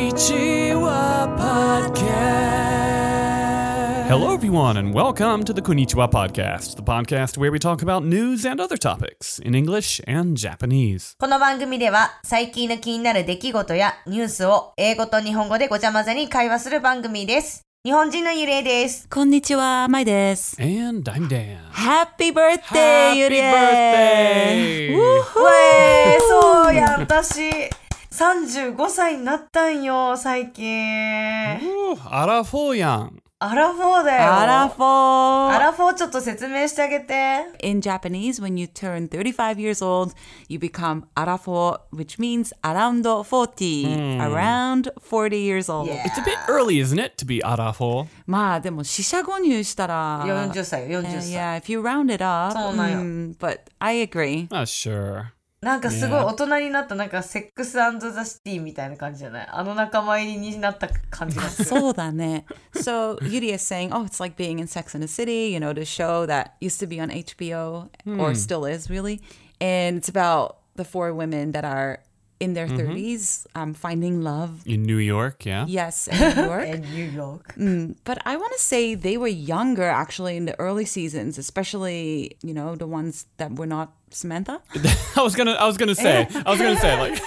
Konnichiwa Podcast. Hello, everyone, and welcome to the Konnichiwa Podcast, the podcast where we talk about news and other topics in English and Japanese. この番組では最近の気になる出来事やニュースを英語と日本語でごちゃ混ぜに会話する番組です。日本人のゆれです。こんにちは、まいです。 And I'm Dan. Happy birthday, Happy ゆりえ birthday! うえー、そうや、私、35歳になったんよ、最近。 Ooh, Arafo Yang. アラフォーだよ。アラフアォーラフォーちょっと説明してあげて。 In Japanese, when you turn 35 years old, you become アラフォー which means around 40. Hmm. Around 40 years old. It's a bit early, isn't it, to be Arafo? まあでも、四捨五入したら。 40歳よ、40歳。 Yeah, if you round it up. そうなんよ mm, but I agree. Not Uh, sure. なんかすごい大人になった、なんかセックスザ・シティみたいな感じじゃないあの仲間入りになった感 じがする。そうだね。So Yuri is saying, oh, it's like being in Sex and the City, you know, the show that used to be on HBO or still is really. And it's about the four women that are in their 30s um, finding love. In New York, yeah? Yes, in New え York. ニューヨーク。 but I want to say they were younger actually in the early seasons, especially, you know, the ones that were not Samantha. I was gonna I was gonna say. I was gonna say, like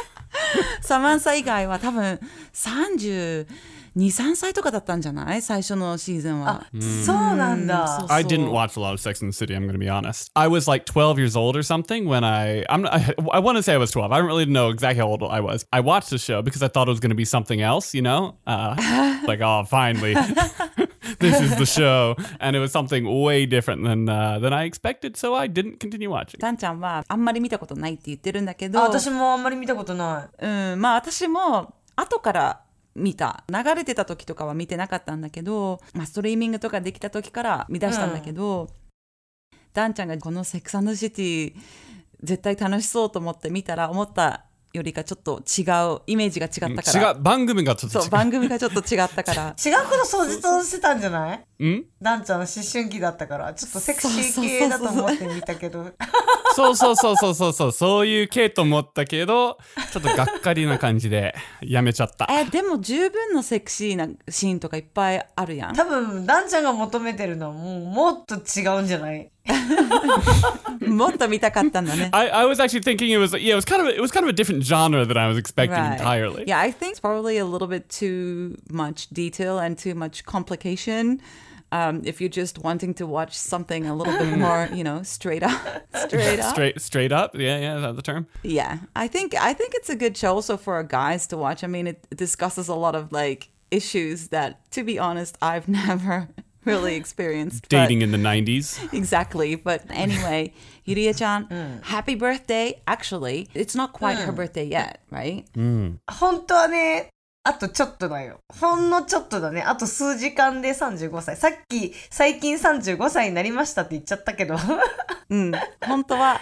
サマンサ以外は多分32、3歳とかだったんじゃない最初のシーズンは。そうなんだ。 I didn't watch a lot of Sex and the City, I'm gonna be honest. I was like twelve years old or something when I I'm I, I wanna say I was twelve. I don't really know exactly how old I was. I watched the show because I thought it was gonna be something else, you know? Uh, like, oh finally. this is the show. And it was something way different than uh, than I expected, so I didn't continue watching. ダンちゃんはあんまり見たことないって言ってるんだけどあ私もあんまり見たことな。うん、まあ私も後から見た流れてた時とかは見てなかったんだけど、まあ、ストリーミングとかできた時から見出したんだけど、ダンちゃんがこの「セックスシティ」絶対楽しそうと思って見たら思ったよりかちょっと違うイメージが違ったから、違う番組がちょっと違う。そう番組がちょっと違ったから い違うこと掃除としてたんじゃないんダンちゃん思春期だったからちょっとセクシーそうそうそう系だと思って見たけどそうそうそうそうそうそう、そういう系と思ったけど、ちょっとがっかりな感じでやめちゃった。えでも十分のセクシーなシーンとかいっぱいあるやん多分ダンちゃんが求めてるのはもうもっと違うんじゃないもっと見たかったんだね I, I was actually thinking it was yeah it was kind of a, it was kind of a different genre than I was expecting Right. entirely. Yeah, I think it's probably a little bit too much detail and too much complication. Um, if you're just wanting to watch something a little bit more, you know, straight up, straight up. Straight straight up. Yeah, yeah, is that the term? Yeah, I think I think it's a good show also for guys to watch. I mean, it discusses a lot of like issues that, to be honest, I've never really experienced. but- Dating in the 90s. exactly. But anyway, Yuria-chan, Mm. happy birthday! Actually, it's not quite her birthday yet, right? 本当はねあとちょっとだよほんのちょっとだねあと数時間で35歳さっき最近35歳になりましたって言っちゃった けどうん、本当は、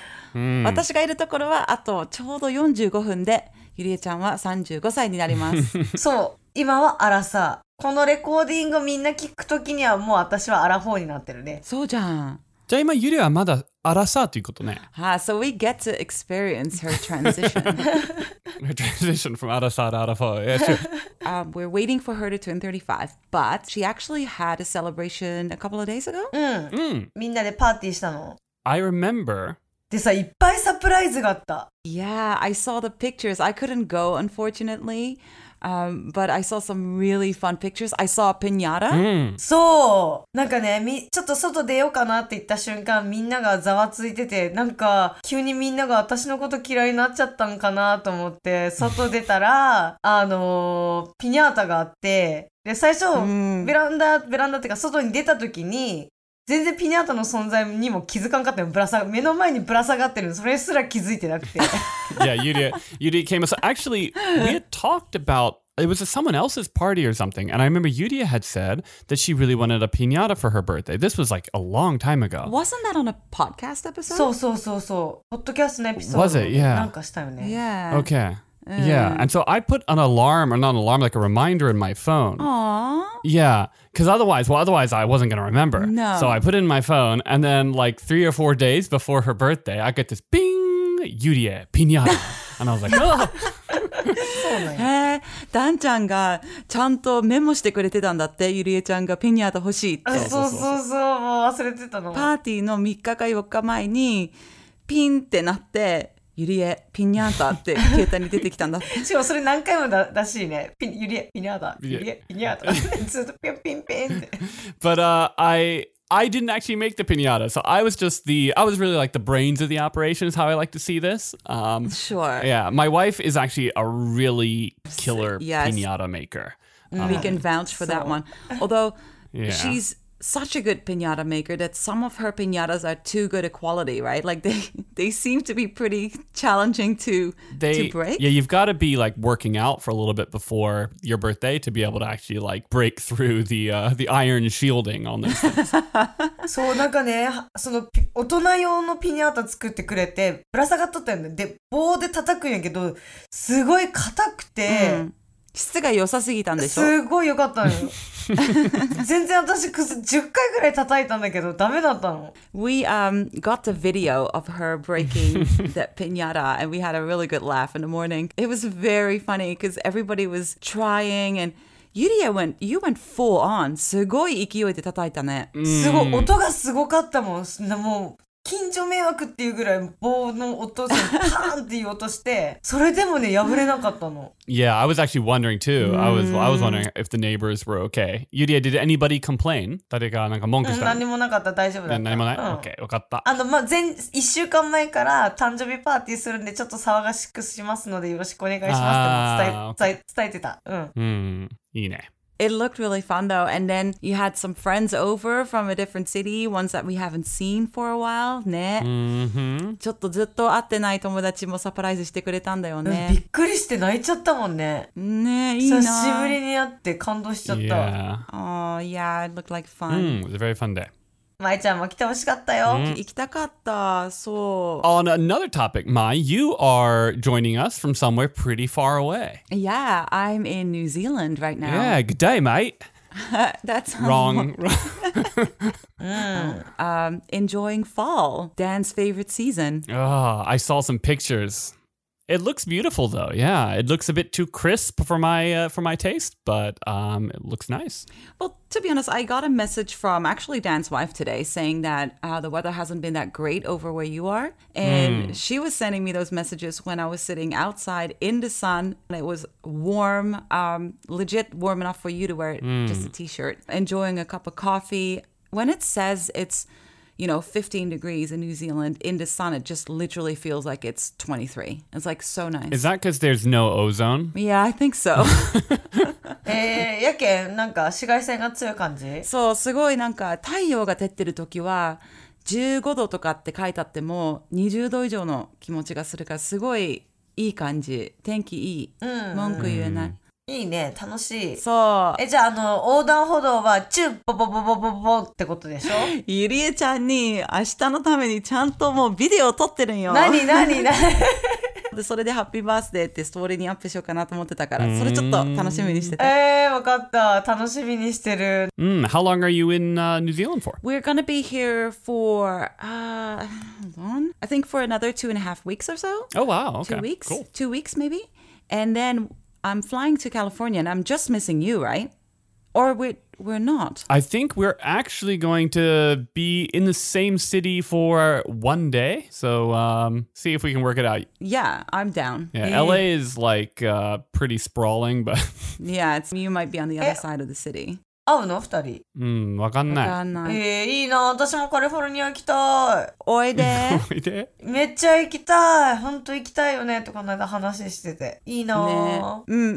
私がいるところはあとちょうど45分でゆりえちゃんは35歳になりますそう今はアラサーこのレコーディングをみんな聞くときにはもう私はアラフォーになってるねそうじゃんじゃあ今ゆりはまだアラサーということね。 Ah, so we get to experience her transition. Her transition from アラサー to アラフォー。Yeah, sure. um, we're waiting for her to turn 35, but she actually had a celebration a couple of days ago. みんなでパーティーしたの I remember. でさいっぱいサプライズがあった Yeah, I saw the pictures. I couldn't go, unfortunately, um, but I saw some really fun pictures. I saw a pinata. Mm. hmm, そうなんかねみちょっと外出ようかなって言った瞬間みんながざわついててなんか急にみんなが私のこと嫌いになっちゃったんかなと思って外出たら あのーピニャータがあってで最初んベランダベランダっていうか外に出た時に全然ピニャータの存在にも気づかんかったよぶら下が目の前にぶら下がってるのそれすら気づいてなくて yeah, Yuria, Yuria came. So actually, we had talked about it was at someone else's party or something, and I remember Yuria had said that she really wanted a pinata for her birthday. This was like a long time ago. Wasn't that on a podcast episode? そうそうそうそうポッドキャストのエピソ Was it? ード Yeah. なんかしたよね yeah. Okay. Mm. Yeah, and so I put an alarm or not an alarm, like a reminder in my phone. Oh. Aww. Yeah, because otherwise, well, otherwise I wasn't gonna remember. No. So I put it in my phone, and then like three or four days before her birthday, I get this bing, Yuria pinata, and I was like, oh. そうなんやへえダンちゃんがちゃんとメモしてくれてたんだってゆりえちゃんがピニャータ欲しいってあそうそうそうもう忘れてたのパーティーの3日か4日前にピンってなってゆりえピニャータ って携帯に出てきたんだってしかもそれ何回もだらしいねピンユリエピニャーだいユやリエピニャーだ ずっとピンピンピンって But uh, I I didn't actually make the pinata, so I was just the I was really like the brains of the operation is how I like to see this. Um, Sure yeah, my wife is actually a really killer Yes. pinata maker. we can vouch for that So- one although Yeah. she's such a good piñata maker that some of her piñatas are too good a quality right like they they seem to be pretty challenging to They, to break yeah, you've got to be like working out for a little bit before your birthday to be able to actually like break through the uh, the iron shielding on this. そうなんかねはそのピ大人用のピニャータ作ってくれてぶら下がっとったよねで棒で叩くんやけどすごい硬くて、質が良さすぎたんでしょすごい良か ったのよ全然私くす10回ぐらい叩いたんだけどダメだったの We um got the video of her breaking that piñata and we had a really good laugh in the morning. It was very funny because everybody was trying and Yuria went you went full on. すごい勢いで叩いたね。すごい音がすごかったもんすなもう近所迷惑っていうぐらい棒の音そのパーンっていう音してそれでもね破れなかったの yeah, I was actually wondering too. I was I was wondering Mm. if the neighbors were okay. Yuria, did anybody complain? Uh, うん何もなかった大丈夫だったうん Oh. あの、まあ、前、一週間前から誕生日パーティーするんで、ちょっと騒がしくしますので、よろしくお願いしますってもあーう伝え、伝え、伝えてた。うん。Hmm, 何もない？OK、よかった。うん、いいね。 It looked really fun though. And then you had some friends over from a different city, ones that we haven't seen for a while. ね。Mm. Mm-hmm. ちょっとずっと会ってない友達もサプライズしてくれたんだよびね。っくりして泣いちゃったもんね。ねいいな。久しぶりに会って感動しちゃったわ。 Yeah. Oh, yeah, it looked like fun. Mm, it was a very fun day. 舞ちゃんも来てほしかったよ。行きたかった。そ On another topic, Mai, you are joining us from somewhere pretty far away. う。Yeah, I'm in New Zealand right now. Yeah, good day, mate. That's Wrong. Um, enjoying fall, Dan's favorite season. oh, I saw some pictures. It looks beautiful though. Yeah, it looks a bit too crisp for my uh, for my taste, but um, it looks nice. Well, to be honest, I got a message from actually Dan's wife today saying that uh, the weather hasn't been that great over where you are. And she was sending me those messages when I was sitting outside in the sun and it was warm, um, legit warm enough for you to wear just a t shirt, enjoying a cup of coffee. When it says it's, you know, 15 degrees in New Zealand in the sun, it just literally feels like it's 23. It's like so nice. Is that because there's no ozone? yeah, I think so. えー、やけん、なんか紫外線が強い感じそうすごいなんか太陽が照ってる時は15度とかって書いてあっても20度以上の気持ちがするからすごいいい感じ天気いい、文句言えない、いいね、楽しい。そうえ、じゃあ、あの、横断歩道は、チュッポポポポポポってことでしょゆりえちゃんに明日のためにちゃんともうビデオ撮ってるんよ何何何 でそれで「ハッピーバースデー」ってストーリーにアップしようかなと思ってたからそれちょっと楽しみにしててえー、わかった。楽しみにしてる。 Mm, how long are you in uh, New Zealand for? We're gonna be here for uh, hold on I think for another two and a half weeks or so Oh wow, okay, two weeks, cool. two weeks maybe, and then I'm flying to California, and I'm just missing you, right? Or we we're not. I think we're actually going to be in the same city for one day. So um, see if we can work it out. Yeah, I'm down. Yeah, LA is like uh, pretty sprawling, but Yeah, it's you might be on the other side of the city. 会うの二人。 mm, わかんない。 Ghana. えー、いいな私もカリフォルニア行きたい Oide. おいで。めっちゃ行きたい本当行きたいよねとこの間話してていいな、 ね、うんうん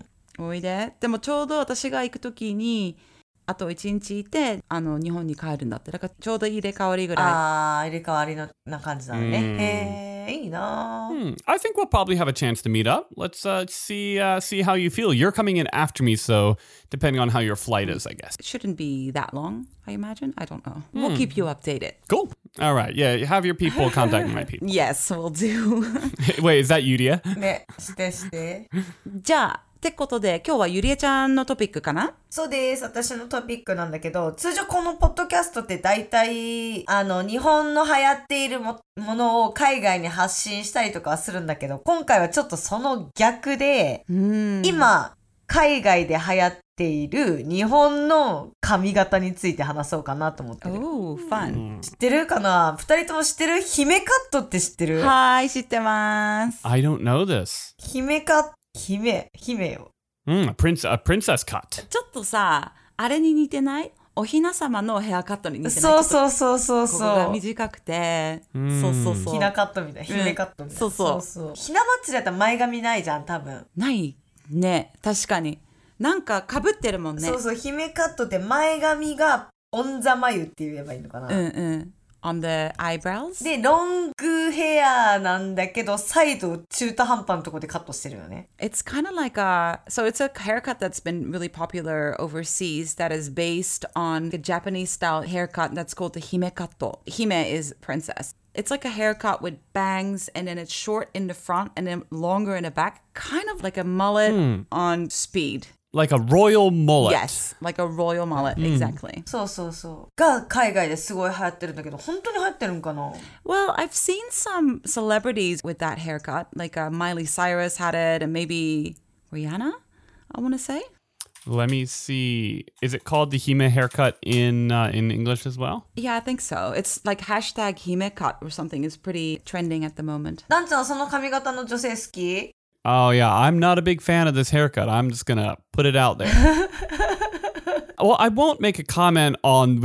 う。うんおいで。でもちょうど私が行くときに。あと1日いてあの日本に帰るんだってだからちょうど入れ替わりぐらあー入れ替わりのな感じなのうんねへえいいな、 Hmm, I think we'll probably have a chance to meet up. Let's uh, see uh, see how you feel. You're coming in after me, so depending on how your flight is, I guess. it shouldn't be that long I imagine I don't know Hmm. we'll keep you updated Cool. All right. Yeah, you have your people contact my people. yes we'll do Wait, is that Yudia? ねしてしてじゃあってことで今日はゆりえちゃんのトピックかなそうです。私のトピックなんだけど、通常このポッドキャストって大体、あの、日本の流行っているもものを海外に発信したりとかはするんだけど、今回はちょっとその逆で、うん今、海外で流行っている日本の髪型について話そうかなと思ってる。おおファン、知ってるかな二人とも知ってる姫カットって知ってるはーい知ってます、 I don't know this. 姫カット、姫、姫よ。 Mm, a prince, a princess cut. ちょっとさあれに似てないお雛様のヘアカットに似てないそううそうそうそうここそがう。短くてうんそうそうそうひなカットみたいな、うんひめカットみたいな。そうそうひな祭りだったら前髪ないじゃん、多分。ないね確かになんかかぶってるもんねそうそう、ひめカットって前髪がオンザ眉って言えばいいのかな。うんうん on the eyebrows で、ロングヘアなんだけど、サイドを中途半端のところでカットしてるよね。 It's kind of like a so it's a haircut that's been really popular overseas that is based on a Japanese style haircut that's called the hime katto. Hime is princess. It's like a haircut with bangs and then it's short in the front and then longer in the back, kind of like a mullet on speed. Like a royal mullet. Yes, like a royal mullet, exactly. そうそうそう。が海外ですごい流行ってるんだけど、本当に流行ってるんかな Well, I've seen some celebrities with that haircut, like uh, Miley Cyrus had it and maybe Rihanna, I want to say. Let me see. Is it called the Hime haircut in uh, in English as well? Yeah, I think so. It's like hashtag himekat or something is pretty trending at the moment. ダンちゃんはその髪型の女性好き Oh yeah, I'm not a big fan of this haircut. I'm just gonna put it out there. well, I won't make a comment on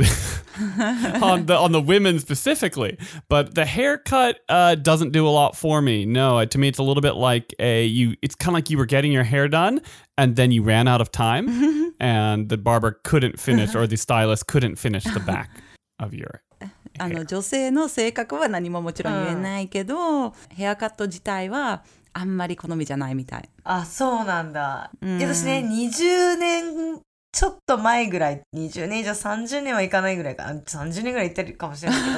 on the on the women specifically, but the haircut uh, doesn't do a lot for me. No, uh, to me, it's a little bit like a you. It's kind of like you were getting your hair done and then you ran out of time, and the barber couldn't finish or the stylist couldn't finish the back of your. あの女性の性格は何ももちろん言えないけど、ヘアカット自体はあんまり好みじゃないみたい。あ、そうなんだ。いや私ね、20年ちょっと前ぐらい、20年以上30年はいかないぐらいかな。30年ぐらい行ってるかもしれないけ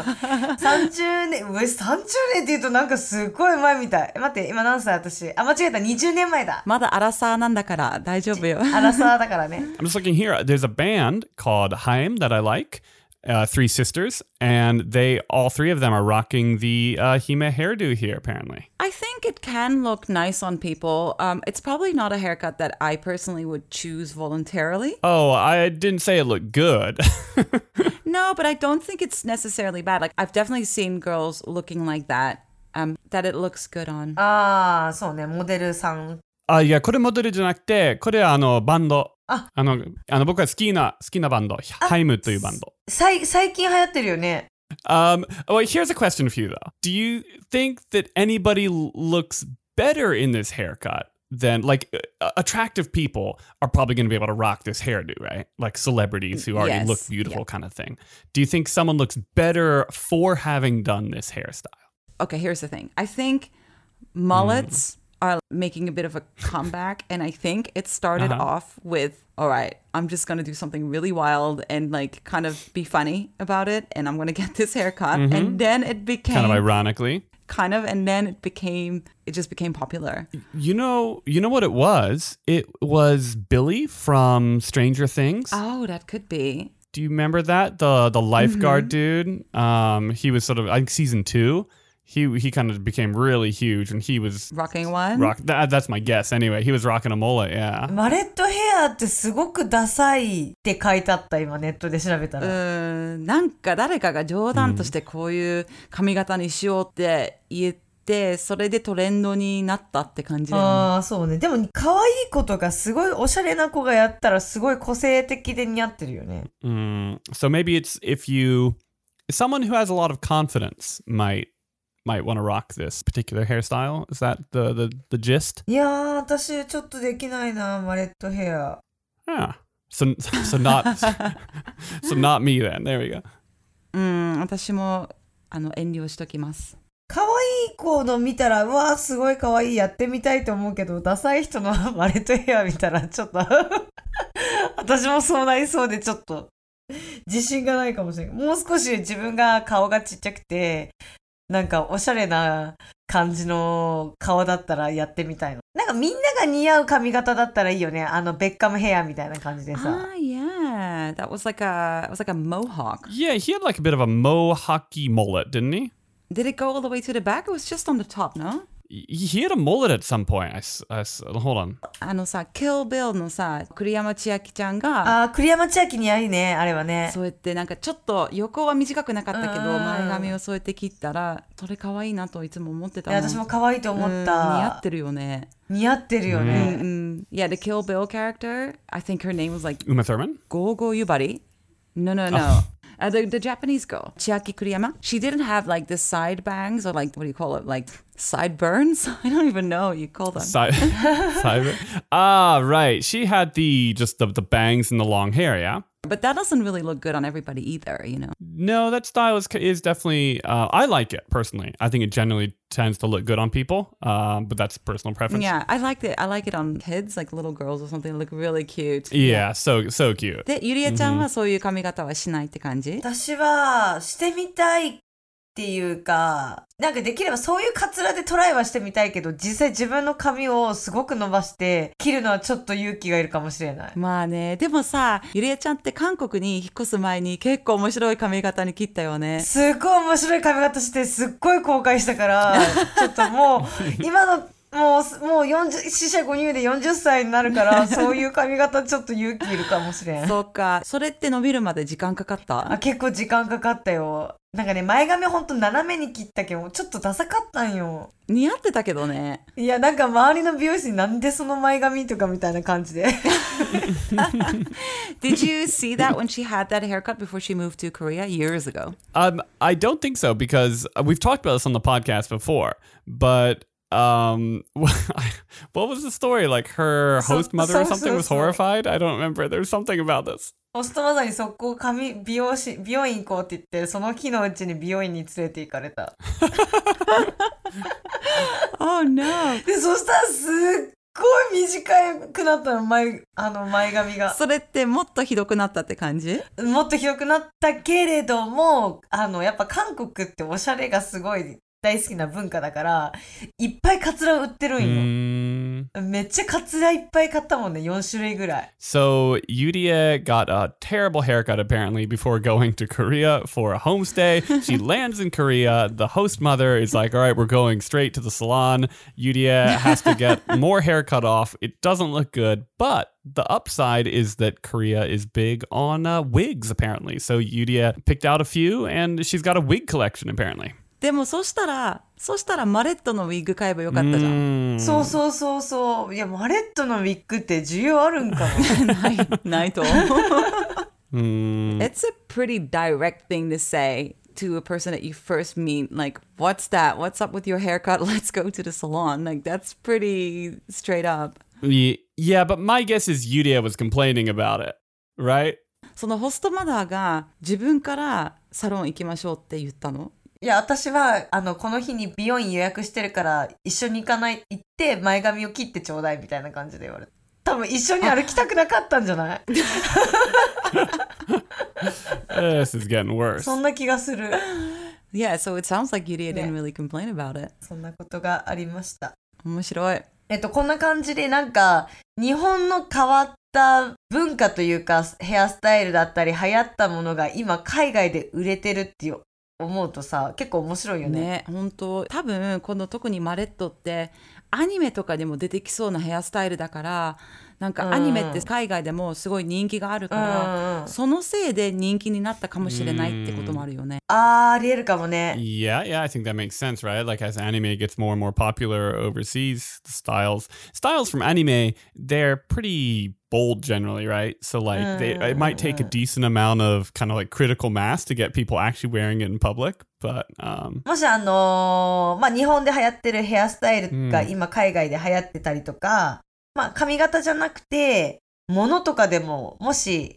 ど、30年、 うえ、30年って言うとなんかすっごい前みたい。待って、今何歳私。あ、間違えた、20年前だ。まだアラサーなんだから大丈夫よ。 アラサーだからね。 I'm just looking here. There's a band called Haim that I like, uh, Three Sisters, and they all three of them are rocking the uh, Hime hairdo here, apparently. I think it can look nice on people. Um, it's probably not a haircut that I personally would choose voluntarily. Oh, I didn't say it looked good. No, but I don't think it's necessarily bad. Like I've definitely seen girls looking like that. Um, that it looks good on. あー、そうね、モデルさん。あいやこれモデルじゃなくてこれはあのバンドああのあの僕が好きな好きなバンドハイムというバンドさい最近流行ってるよね。 Um, well, here's a question for you though. Do you think that anybody l- looks better in this haircut than like uh, attractive people are probably going to be able to rock this hairdo, right? Like celebrities who already Yes, look beautiful, kind of thing. Do you think someone looks better for having done this hairstyle? okay, here's the thing. I think mullets are making a bit of a comeback, and I think it started Uh-huh. off with, all right, I'm just gonna do something really wild and like kind of be funny about it, and I'm gonna get this haircut, and then it became Mm-hmm. Kind of ironically, kind of, and then it became, it just became popular. you know, you know what it was. It was Billy from Stranger Things. Oh, that could be. Do you remember that the the lifeguard dude? Um, he was sort of I think season two. He he kind of became really huge, and he was Rocking one. rock. That, that's my guess. Anyway, he was rocking a mullet. Yeah. マレットヘアってすごくダサいって書いてあった、今ネットで調べたうら。ーん Uh, なんか誰かが冗談としてこういう Mm-hmm. 髪型にしようって言ってそれでトレンドになったって感じだよねああ、そうね。でも、可愛い子とか、すごいおしゃれな子がやったら、すごい個性的で似合ってるよね。 Mm, so maybe it's if you someone who has a lot of confidence might might want to rock this particular hairstyle. Is that the the the gist? いやー、私、ちょっとできないな、マレットヘア。 Yeah. So so not so not me then. There we go. うん、私もあの遠慮しときます。可愛い子の見たら、うわー、すごい可愛い、やってみたいと思うけど、ダサい人のマレットヘア見たら、ちょっと、 私もそうなりそうで、ちょっと、自信がないかもしれない。もう少し自分が顔がちっちゃくて、なんか、おしゃれな感じの顔だったらやってみたいの。なんかみんなが似合う髪型だったらいいよね。あの、ベッカムヘアみたいな感じでさ。 Ah, yeah, that was like a it was like a mohawk. Yeah, he had like a bit of a mohawky mullet, didn't he? Did it go all the way to the back? It was just on the top, no? い He had a mullet at some point. I, s- I s- hold on. あのさ、Kill Bill のさ、栗山千明ちゃんが、あー、栗山千明似合いね、あれはね。そうやってなんかちょっと横は短くなかったけうんうど、ん前髪をそうやって切ったら、それ可愛いなといつも思ってたいもやん私も可愛いと思った。うん似合ってるよね。似合ってるよね。 Mm. Yeah, the Kill Bill character, I think her name was like Uma Thurman? Gogo Yubari. No, no, Oh. no. Uh, the, the Japanese girl, Chiaki Kuriyama, she didn't have like the side bangs or like, what do you call it? Like sideburns? I don't even know what you call them. Cy- Cyber. Ah, right. She had the just the, the bangs and the long hair, yeah? But that doesn't really look good on everybody either, you know? No, that style is, is definitely, uh, I like it personally. I think it generally tends to look good on people, um, but that's personal preference. Yeah, I like it. I like it on kids, like little girls or something, look really cute. Yeah, Mm-hmm. so, so cute. で、ゆりえちゃんはそういう髪型はしないって感じ、私は、してみたいっていうか、なんかできればそういうカツラでトライはしてみたいけど、実際自分の髪をすごく伸ばして、切るのはちょっと勇気がいるかもしれない。まあね、でもさ、ゆりえちゃんって韓国に引っ越す前に結構面白い髪型に切ったよね。 すっごい面白い髪型して、すっごい後悔したから、ちょっと もう、今の、もう、もう40、死者5入で40歳になるから、そういう髪型ちょっと勇気いるかもしれん。そうか。それって伸びるまで時間かかったあ結構時間かかったよ。なんかね、前髪ほんと斜めに切ったけど、ちょっとダサかったんよ。似合ってたけどね。いや、なんか周りの美容師になんでその前髪とかみたいな感じで。 Did you see that when she had that haircut before she moved to Korea years ago? Um, I don't think so because uh, we've talked about this on the podcast before, but um what was the story like her So- host mother so- or so- something was so- horrified i don't remember there's something about this ホストマザーに速攻髪、美容師、美容院行こうって言って、その日のうちに美容院に連れて行かれ た。 Oh no! で、そしたらすっごい短くなったの、前、あの前髪が。 それってもっとひどくなったって感じもっと広くなったけれども、あの、やっぱ韓国っておしゃれがすごい大好きな文化だから、いっぱいカツラ売ってるんよ。 Mm, めっちゃカツラいっぱい買ったもんね、4種類ぐらい。 so yudia got a terrible haircut apparently before going to korea for a homestay she lands in korea the host mother is like all right we're going straight to the salon yudia has to get more hair cut off it doesn't look good but the upside is that korea is big on uh, wigs apparently so yudia picked out a few and she's got a wig collection apparently でも そしたら、そしたらマレットのウィッグ買えばよかったじゃん。そうそうそうそう。いや、マレットのウィッグって需要あるんかな ない、ないと思う。It's Mm-hmm. a pretty direct thing to say to a person that you first meet. Like, what's that? What's up with your haircut? Let's go to the salon. Like, that's pretty straight up. Ye- yeah but my guess is yudia was complaining about it right そのホストマダーが自分からサロン行きましょうって言ったのいや、私は、あの、この日に美容院予約してるから、一緒に行かない、行って前髪を切ってちょうだいみたいな感じで言われた。多分一緒に歩きたくなかったんじゃない this is getting worse そんな気がする。 Yeah, so it sounds like Yuria ね didn't really complain about it. そんなことがありました。面白い。えっと、こんな感じでなんか、日本の変わった文化というか、ヘアスタイルだったり、流行ったものが今、海外で売れてるっていう思うとさ、結構面白いよね。ね、本当多分この特にマレットってアニメとかでも出てきそうなヘアスタイルだからなんうかんアニメって海外でもすごい人気があるうかんうんら、あそのせいで人気になったかもしれないってこともあるよね。ー、ありえるかもね。 Yeah, yeah, I think that makes sense, right? Like as anime gets more and more popular overseas, the styles styles from anime they're pretty bold generally, right? So like they, it might take a decent amount of kind of like critical mass to get people actually wearing it in public, but um, もしあのーまあ、日本で流行ってるヘアスタイルが今海外で流行ってたりとか、まあ、髪型じゃなくて、物とかでも、もし、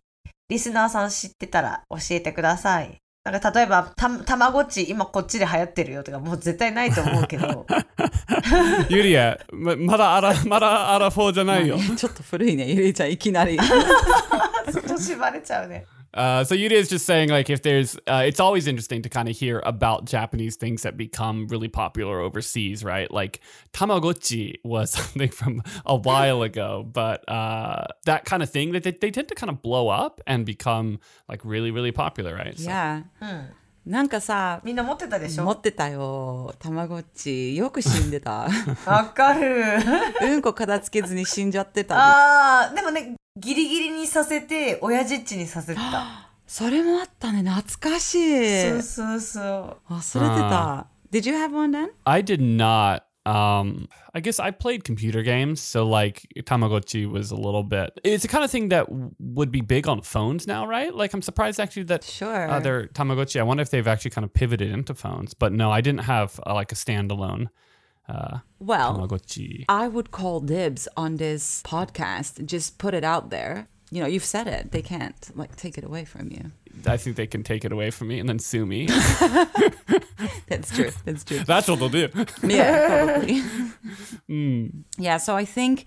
リスナーさん知ってたら教えてください。なんか例えば、た、たまごっち、今こっちで流行ってるよとか、もう絶対ないと思うけ ど。 Yuria, ma- mara ara mara ara まあ fojanayo. ねちょっと古いねゆりえちゃんいきなり。ちょっと縛れちゃうね。 Uh, so Yuta is just saying like if there's, uh, it's always interesting to kind of hear about Japanese things that become really popular overseas, right? Like Tamagotchi was something from a while ago, but uh, that kind of thing that they, they tend to kind of blow up and become like really really popular, right? So- Yeah. うん、なんかさ、みんな持ってたでし持ょってたよ。たまごっち。よく死んで た。わかるうんこ片付けずに死んじゃってた。あーでもねギリギリにさせて親父っちにさせてたそれもあったね。懐かしい。そうそうそう忘れてた。Did you have one then? I did not. Um, I guess I played computer games, so like Tamagotchi was a little bit. It's the kind of thing that w- would be big on phones now, right? Like I'm surprised actually that Sure. other Tamagotchi. I wonder if they've actually kind of pivoted into phones. But no, I didn't have uh, like a standalone uh, well, Tamagotchi. I would call dibs on this podcast. Just put it out there. You know, you've said it. They can't like take it away from you. I think they can take it away from me and then sue me. That's true. That's true. That's what they'll do. Yeah, probably. Hmm. Yeah, so I think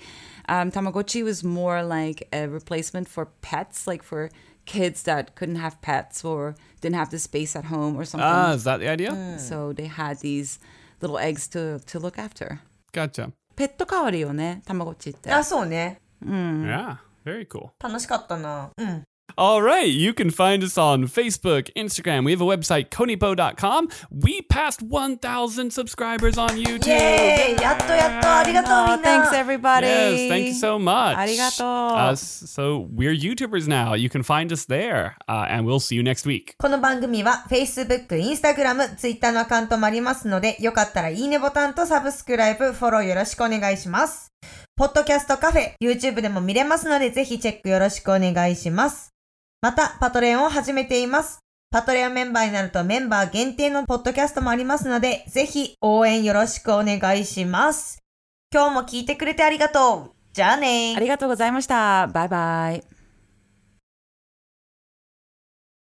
um, Tamagotchi was more like a replacement for pets, like for kids that couldn't have pets or didn't have the space at home or something. Ah, is that the idea? so they had these little eggs to, to look after. Gotcha. ペット代わりよね、Tamagotchi って。あそうね uh. Yeah. Very cool. 楽しかったなうん、 All right, you can find us on Facebook, Instagram. We have a website, konipo.com. We passed 1,000 subscribers on YouTube. イエーイやっとやっとありがとうみんな Ah, Thanks everybody! Yes, thank you so much. ありがとう。 Uh, so we're YouTubers now. You can find us there, uh, and we'll see you next week. この番組は Facebook、Instagram、Twitter のアカウントもありますので、よかったらいいねボタンとサブスクライブ、フォローよろしくお願いします。ポッドキャストカフェ、YouTube でも見れますので、ぜひチェックよろしくお願いします。また、パトレオンを始めています。パトレオンメンバーになるとメンバー限定のポッドキャストもありますので、ぜひ応援よろしくお願いします。今日も聞いてくれてありがとう。じゃあねーありがとうございました。バイバイ。